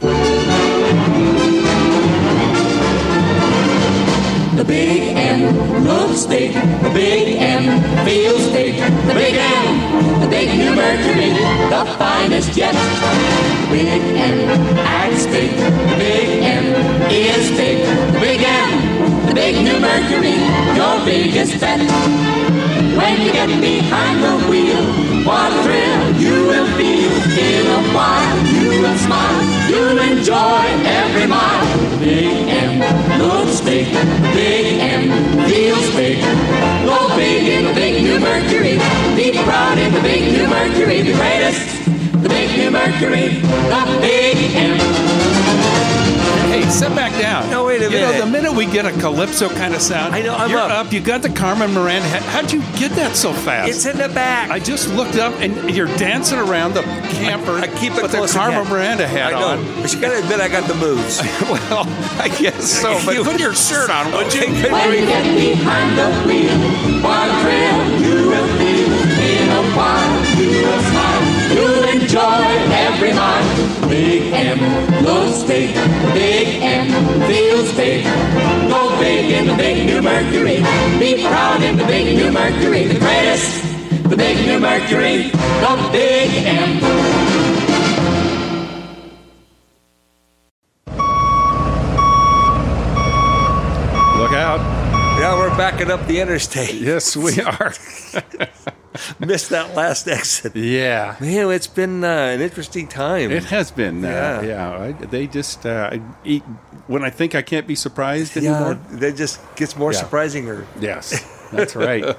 S7: The Big M loves steak. The Big M feels steak. The Big M, the big new Mercury, the finest yet. The Big M acts steak. The Big M is steak. The Big M, the big new Mercury, your biggest bet. When you get behind the wheel, what a thrill you will feel. In a while, you will smile. You'll enjoy every mile. Big M looks big, Big M feels big. Go big in the big new Mercury. Be proud in the big new Mercury, the greatest. The big new Mercury, the big M.
S2: Hey, sit back down.
S3: No, wait a
S2: You know,
S3: minute.
S2: the minute we get a calypso kind of sound,
S3: I know, I'm
S2: you're
S3: up.
S2: up. You got the Carmen Miranda. hat. How'd you get that so fast?
S3: It's in the back.
S2: I just looked up, and you're dancing around the camper.
S3: I keep it
S2: with the
S3: close at
S2: Carmen
S3: hand.
S2: Miranda
S3: I
S2: hat
S3: know,
S2: on.
S3: but you gotta admit I got the moves.
S2: well, I guess so. But
S3: You-
S2: put your shirt on, would you?
S3: Okay, good
S7: When you
S3: grief.
S7: get behind the wheel, what a thrill you will feel. In a while, you will smile. You'll enjoy every mile. Big M looks big. Big M feels big. Go big in the big new Mercury. Be proud in the big new Mercury. The greatest. The big new Mercury. The big M.
S2: Look out!
S3: Now we're backing up the interstate.
S2: Yes, we are.
S3: Missed that last exit.
S2: yeah.
S3: Man, it's been uh, an interesting time.
S2: It has been, uh,
S3: Yeah.
S2: yeah. I, they just uh, I eat, when I think I can't be surprised
S3: yeah,
S2: anymore.
S3: that just gets more
S2: Yeah.
S3: surprising. Or
S2: Yes, that's right.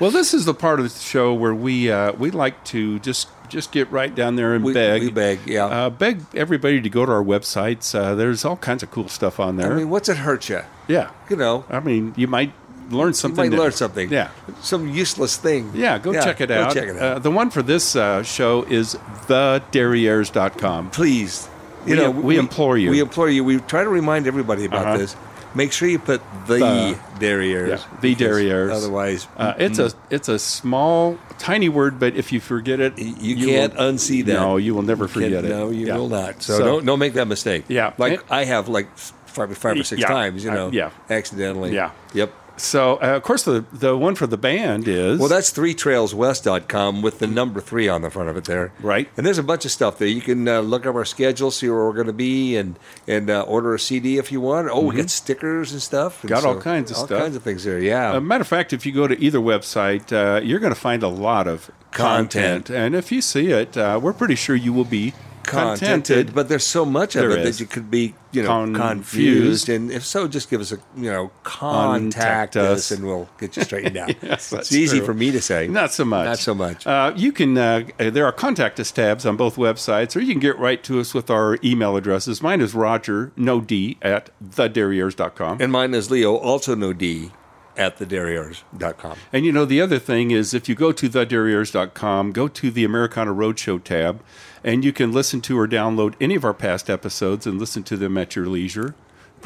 S2: well, this is the part of the show where we uh, we like to just just get right down there and
S3: We-
S2: beg.
S3: we beg, yeah.
S2: Uh, beg everybody to go to our websites. Uh, there's all kinds of cool stuff on
S3: I
S2: there.
S3: mean, what's it hurt you?
S2: yeah,
S3: You know,
S2: I mean, you might learn
S3: you
S2: something.
S3: might
S2: new.
S3: learn something.
S2: Yeah.
S3: some useless thing.
S2: Yeah, go check it
S3: go
S2: out.
S3: check it out.
S2: Uh, the one for this uh, show is thederrières.com.
S3: please. You
S2: We-
S3: know,
S2: we implore you.
S3: We implore you. We try to remind everybody about
S2: Uh-huh.
S3: this. Make sure you put the,
S2: The.
S3: derriere.
S2: Yeah, the derriere.
S3: Otherwise,
S2: Uh, it's a it's a small, tiny word, but if you forget it,
S3: you, can't
S2: will-
S3: unsee that.
S2: No, you will never
S3: You can't-
S2: forget it.
S3: No, you
S2: Yeah.
S3: will not. So, don't don't make that mistake.
S2: Yeah.
S3: like
S2: It-
S3: I have like five, five or six
S2: Yeah.
S3: times. You
S2: I-
S3: know,
S2: yeah.
S3: accidentally.
S2: Yeah.
S3: Yep.
S2: So uh, of course the the one for the band is
S3: Well, that's three trailswest.com with the number three on the front of it there.
S2: Right.
S3: And there's a bunch of stuff there. You can uh, look up our schedule, see where we're going to be, and and uh, order a CD if you want. Oh, we got stickers and stuff. And
S2: Mm-hmm. Got all kinds of
S3: all
S2: stuff. Um,
S3: kinds of things there. Yeah.
S2: a matter of fact, if you go to either website, uh, you're going to find a lot of
S3: Content.
S2: content, and if you see it, uh, we're pretty sure you will be
S3: Contented,
S2: contented.
S3: but there's so much of
S2: There
S3: it that
S2: is.
S3: you could be, you know, confused.
S2: Confused.
S3: And if so, just give us a, you know, contact
S2: Contact
S3: us,
S2: us.
S3: and we'll get you straightened out.
S2: Yes,
S3: it's
S2: that's
S3: easy
S2: true.
S3: for me to say.
S2: Not so much.
S3: Not so much.
S2: Uh, you can. Uh, there are contact us tabs on both websites, or you can get right to us with our email addresses. Mine is Roger No D at thederriers.com.
S3: and mine is Leo, also no D, at thederriers.com.
S2: And you know, the other thing is if you go to thederriers.com, go to the Americana Roadshow tab, and you can listen to or download any of our past episodes and listen to them at your leisure.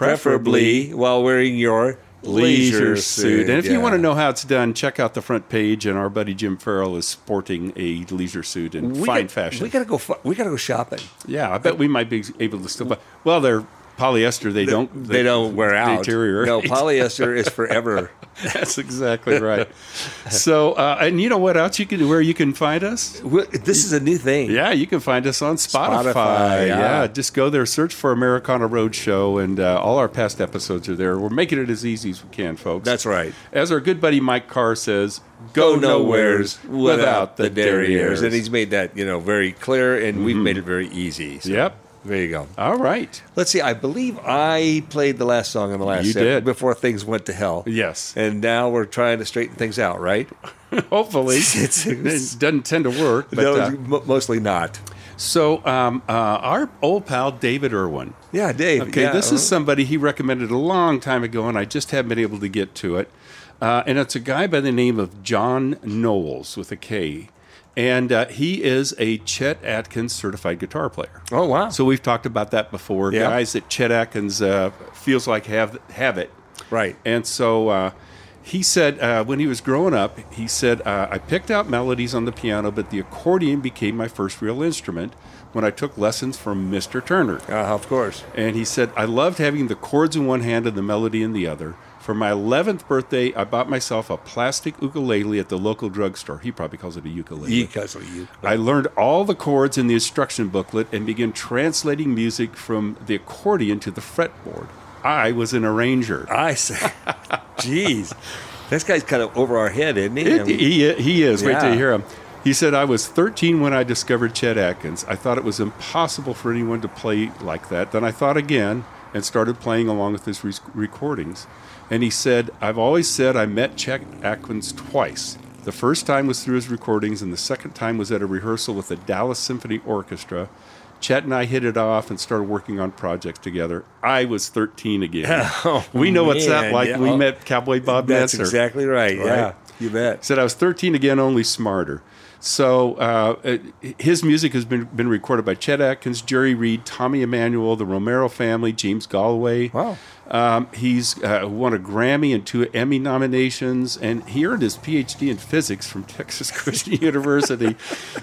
S3: preferably while wearing your leisure suit.
S2: And if you want to
S3: Yeah.
S2: know how it's done, check out the front page. And our buddy Jim Farrell is sporting a leisure suit in
S3: we
S2: fine
S3: got,
S2: fashion.
S3: we gotta go. fu- We gotta go shopping.
S2: yeah, I bet we might be able to still buy. Well, they're polyester. They don't.
S3: They don't wear out.
S2: Deteriorate.
S3: No, polyester is forever.
S2: That's exactly right. so, uh, and you know what else you can where you can find us?
S3: We- this is a new thing.
S2: Yeah, you can find us on Spotify.
S3: Spotify, yeah.
S2: yeah. just go there, search for Americana Roadshow, and uh, all our past episodes are there. We're making it as easy as we can, folks.
S3: That's right.
S2: As our good buddy Mike Carr says,
S3: Go
S2: go,
S3: nowheres without the derrieres,
S2: derrieres. Mm-hmm.
S3: and he's made that you know very clear, and we've made it very easy. So.
S2: Yep.
S3: There you go.
S2: All right.
S3: Let's see. I believe I played the last song on the last
S2: You
S3: set
S2: did.
S3: before things went to hell.
S2: Yes.
S3: And now we're trying to straighten things out, right?
S2: Hopefully,
S3: It's-
S2: it doesn't tend to work. But,
S3: no,
S2: uh,
S3: m- mostly not.
S2: so, um, uh, our old pal David Irwin.
S3: Yeah, Dave.
S2: Okay,
S3: yeah,
S2: this is
S3: uh,
S2: somebody he recommended a long time ago, and I just haven't been able to get to it. Uh, and it's a guy by the name of John Knowles with a K. And uh, he is a Chet Atkins certified guitar player.
S3: Oh, wow.
S2: So we've talked about that before.
S3: Yeah.
S2: Guys that Chet Atkins uh, feels like have have it.
S3: Right.
S2: And so uh, he said, uh, when he was growing up, he said, uh, I picked out melodies on the piano, but the accordion became my first real instrument when I took lessons from Mr. Turner.
S3: Uh, of course.
S2: And he said, I loved having the chords in one hand and the melody in the other. For my 11th birthday, I bought myself a plastic ukulele at the local drugstore. He probably calls it a ukulele.
S3: Because of you.
S2: I learned all the chords in the instruction booklet and began translating music from the accordion to the fretboard. I was an arranger.
S3: I see. Jeez. This guy's kind of over our head, isn't he? I
S2: It-
S3: mean,
S2: he, he is. Wait till
S3: Yeah.
S2: you hear him. He said, I was 13 when I discovered Chet Atkins. I thought it was impossible for anyone to play like that. Then I thought again and started playing along with his re- recordings. And he said, I've always said I met Chet Atkins twice. The first time was through his recordings, and the second time was at a rehearsal with the Dallas Symphony Orchestra. Chet and I hit it off and started working on projects together. I was 13 again. we know what's that
S3: Oh, man,
S2: like.
S3: yeah.
S2: We met Cowboy Bob
S3: that's
S2: Manser.
S3: exactly right. Yeah.
S2: Right.
S3: You bet.
S2: Said I was 13 again, only smarter. So uh, it- his music has been, been recorded by Chet Atkins, Jerry Reed, Tommy Emmanuel, the Romero family, James Galway.
S3: Wow.
S2: Um, he's uh, won a Grammy and two Emmy nominations, and he earned his PhD in physics from Texas Christian University.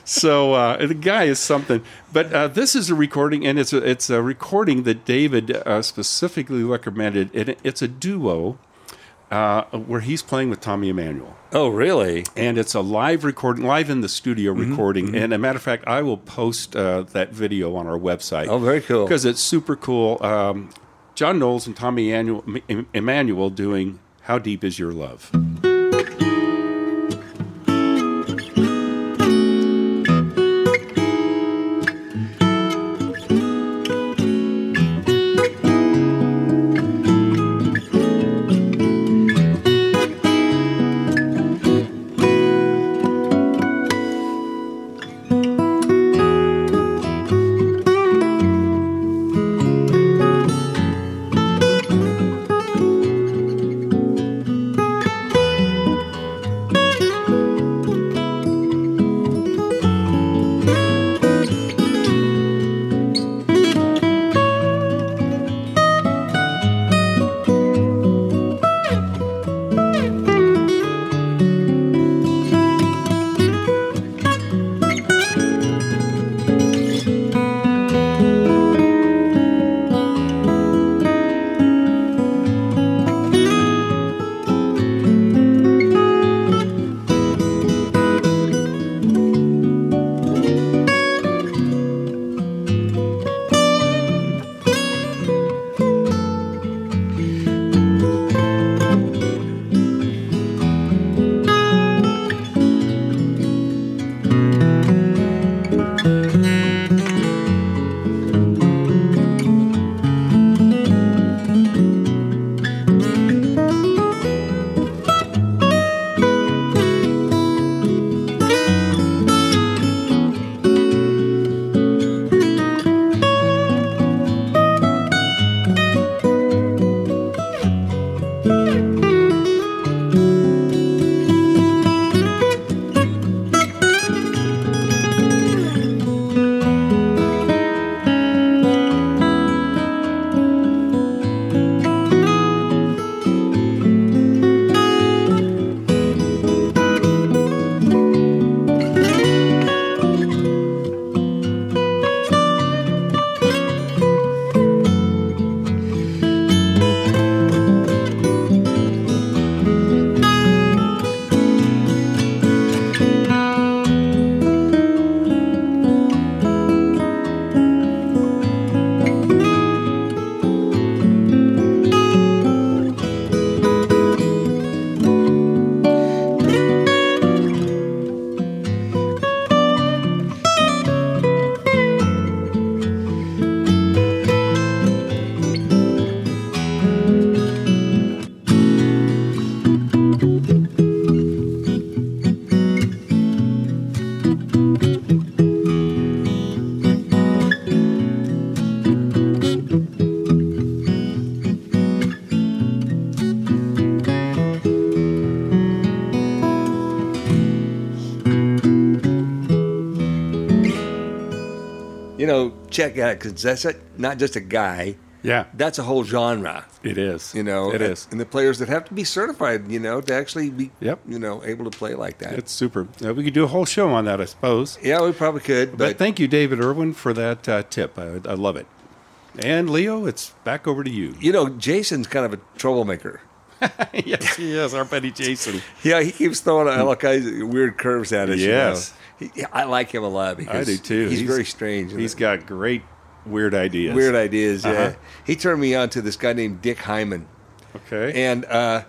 S2: So uh, the guy is something. But uh, this is a recording, and it's a, it's a recording that David uh, specifically recommended. It, it's a duo uh, where he's playing with Tommy Emmanuel
S3: Oh, really?
S2: and it's a live recording, live in the studio
S3: Mm-hmm.
S2: recording. And a matter of fact, I will post uh, that video on our website.
S3: Oh, very cool.
S2: Because it's super cool. Um, John Knowles and Tommy Annual, M- Emmanuel doing "How Deep Is Your Love."
S7: How
S3: check out because that's a, not just a guy.
S2: Yeah.
S3: That's a whole genre.
S2: It is.
S3: You know,
S2: it
S3: and-
S2: is.
S3: And the players that have to be certified, you know, to actually be,
S2: Yep.
S3: you know, able to play like that.
S2: It's super. Uh, we could do a whole show on that, I suppose.
S3: yeah, we probably could,
S2: But,
S3: but,
S2: thank you, David Irwin, for that uh, tip. I, I love it. And Leo, it's back over to you.
S3: you know, Jason's kind of a troublemaker.
S2: yes, yes, our buddy Jason.
S3: Yeah, he keeps throwing out all kinds of weird curves at us. you know.
S2: Yes.
S3: He- yeah, I like him a lot because
S2: I do too.
S3: He's, very strange.
S2: He's got great, weird ideas.
S3: weird ideas. Yeah,
S2: Uh-huh.
S3: he turned me on to this guy named Dick Hyman,
S2: Okay.
S3: and uh,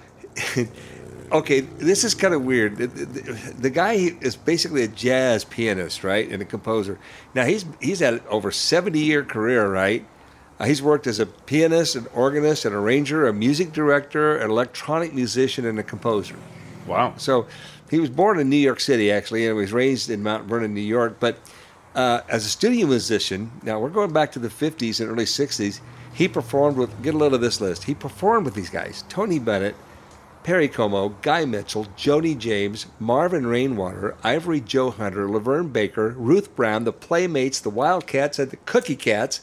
S3: okay, this is kind of weird. The, the- the guy is basically a jazz pianist, right, and a composer. Now he's he's had over seventy year career, right? Uh, he's worked as a pianist, an organist, an arranger, a music director, an electronic musician, and a composer.
S2: wow.
S3: So he was born in New York City, actually, and was raised in Mount Vernon, New York. But uh, as a studio musician, now we're going back to the 50s and early 60s, he performed with, get a load of this list, he performed with these guys Tony Bennett, Perry Como, Guy Mitchell, Joni James, Marvin Rainwater, Ivory Joe Hunter, Laverne Baker, Ruth Brown, the Playmates, the Wildcats, and the Cookie Cats.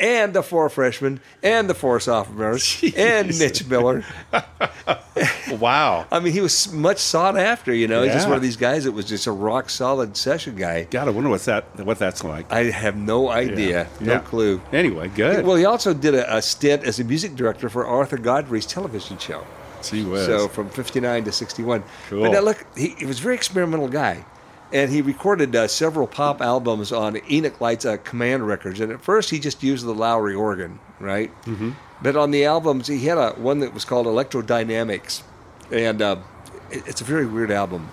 S3: And the four freshmen, and the four sophomores, and Mitch Miller,
S2: Wow.
S3: I mean, he was much sought after. You know, he's just
S2: Yeah.
S3: one of these guys that was just a rock solid session guy.
S2: God, I wonder what's that, what that's like.
S3: I have no idea, no
S2: Yeah.
S3: clue.
S2: Anyway, good.
S3: Well, he also did a, a stint as a music director for Arthur Godfrey's television show.
S2: Gee whiz.
S3: So from 59 to 61.
S2: Cool.
S3: But now look, he, he was a very experimental guy. And he recorded uh, several pop albums on Enoch Light's uh, Command Records. And at first, he just used the Lowry organ, right? Mm-hmm. But on the albums, he had a, one that was called Electrodynamics. And uh, it- it's a very weird album.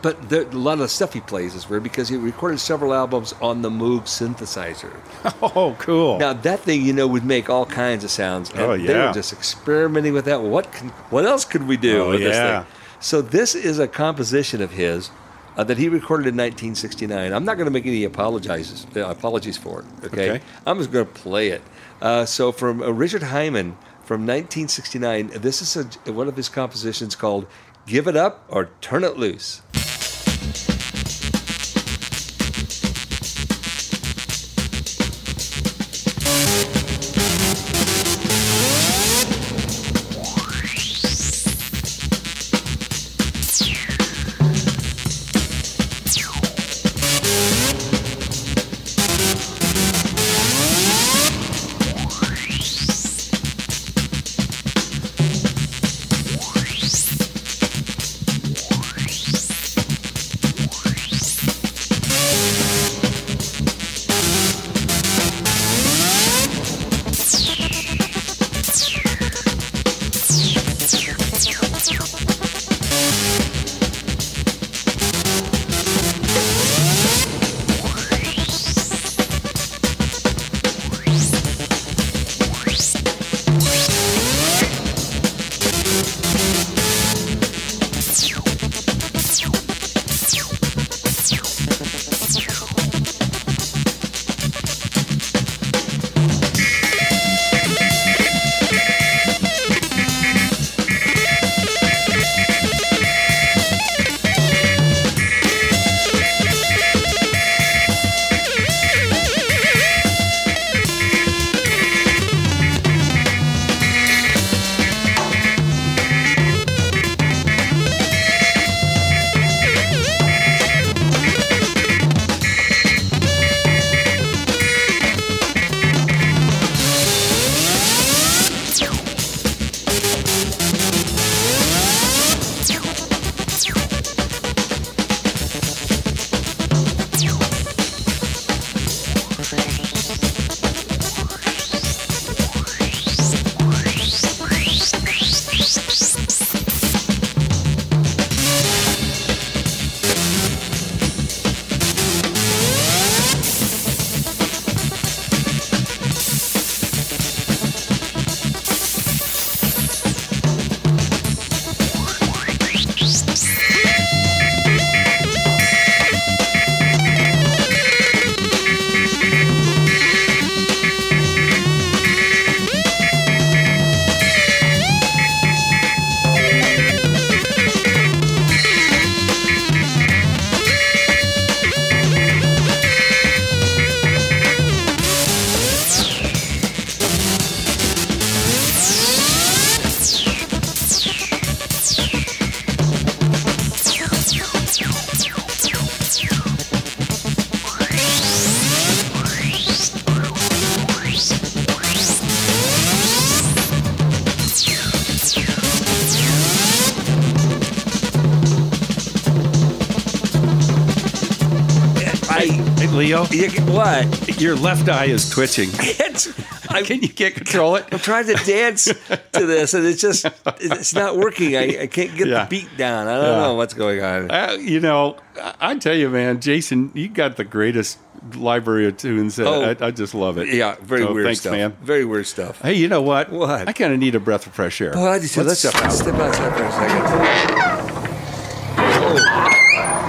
S3: But the, a lot of the stuff he plays is weird because he recorded several albums on the Moog synthesizer.
S2: oh, cool.
S3: Now that thing, you know, would make all kinds of sounds. And
S2: Oh,
S3: They
S2: yeah.
S3: were just experimenting with that. What can, what else could we do
S2: Oh,
S3: with this
S2: yeah.
S3: thing? So this is a composition of his uh, that he recorded in 1969. I'm not going to make any apologizes, uh, apologies for it. Okay,
S2: Okay.
S3: I'm just going to play it. Uh, so from uh, Richard Hyman from 1969, this is a, one of his compositions called "Give It Up or Turn It Loose."
S5: Thank you.
S2: Leo?
S3: You, what?
S2: Your left eye is twitching.
S3: It's, I,
S2: Can you can't control it?
S3: I'm trying to dance to this, and it's just it's not working. I, I can't get
S2: Yeah.
S3: the beat down. I don't
S2: Yeah.
S3: know what's going on.
S2: Uh, you know, I, I tell you, man, Jason, you got the greatest library of tunes. Uh,
S3: Oh.
S2: I, I just love it.
S3: Yeah, very
S2: So
S3: weird
S2: thanks,
S3: stuff.
S2: man.
S3: Very weird stuff.
S2: Hey, you know what?
S3: What?
S2: I kind of need a breath of fresh air.
S3: Well, I just, let's,
S2: step out.
S3: step outside for a second. Oh.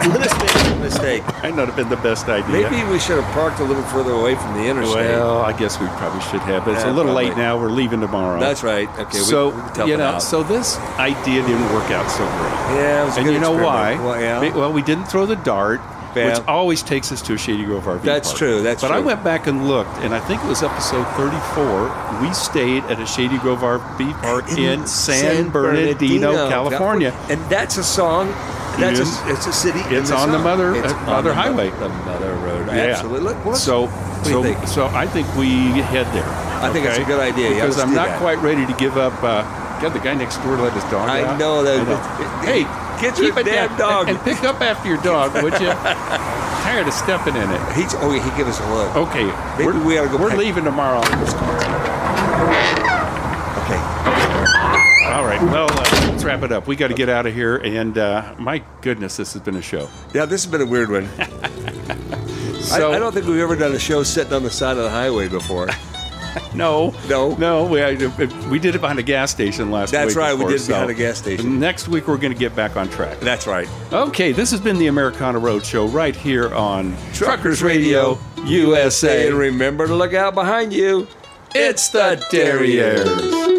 S3: Mistake, mistake.
S2: Might not have been the best idea.
S3: Maybe we should have parked a little further away from the interstate.
S2: Well, I guess we probably should have. But it's
S3: Yeah,
S2: a little
S3: probably.
S2: late now. We're leaving tomorrow.
S3: That's right. Okay, we-
S2: so
S3: we can tough
S2: you
S3: it
S2: know,
S3: out.
S2: so this idea didn't work out so great.
S3: Yeah, it was a
S2: and
S3: good
S2: you know why?
S3: experiment. Well, yeah.
S2: Be- well, we didn't throw the dart,
S3: Yeah.
S2: which always takes us to a Shady Grove RV.
S3: That's
S2: park.
S3: true, that's
S2: but I
S3: true.
S2: went back and looked, and I think it was episode 34. We stayed at a Shady Grove RV park in, San, Bernardino, California.
S3: And that's a song. That's
S2: is.
S3: a, it's a city. in
S2: It's on the
S3: song.
S2: mother-
S3: It's
S2: uh,
S3: on
S2: mother
S3: the mo-
S2: highway.
S3: The mother road.
S2: Yeah.
S3: Absolutely. Look, well,
S2: so,
S3: what do you
S2: so,
S3: think?
S2: so I think we head there.
S3: I think it's a good idea. Yeah,
S2: Because
S3: let's
S2: I'm
S3: do
S2: not
S3: that.
S2: quite ready to give up. Uh, God, the guy next door let his dog
S3: I
S2: out.
S3: know that-
S2: Hey,
S3: Get
S2: keep
S3: your
S2: it
S3: damn
S2: down
S3: dog.
S2: and, and pick up after your dog, would you? Tired of stepping in it.
S3: He's, oh, yeah, he gave us a look.
S2: Okay,
S3: Maybe
S2: we're,
S3: we ought to go
S2: we're
S3: pack-
S2: leaving tomorrow.
S3: Okay.
S2: All right. Well, uh, let's wrap it up. We got to get out of here. And uh, my goodness, this has been a show.
S3: Yeah, this has been a weird one.
S2: So
S3: I, I don't think we've ever done a show sitting on the side of the highway before.
S2: No,
S3: No?
S2: no. We I, we did it behind a gas station last
S3: That's
S2: week.
S3: right,
S2: of
S3: we
S2: course,
S3: did behind a gas station.
S2: Next week we're going to get back on track.
S3: That's right.
S2: Okay, this has been the Americana Road Show right here on Truckers Radio
S3: And
S2: USA.
S3: remember to look out behind you.
S2: It's the Derriers.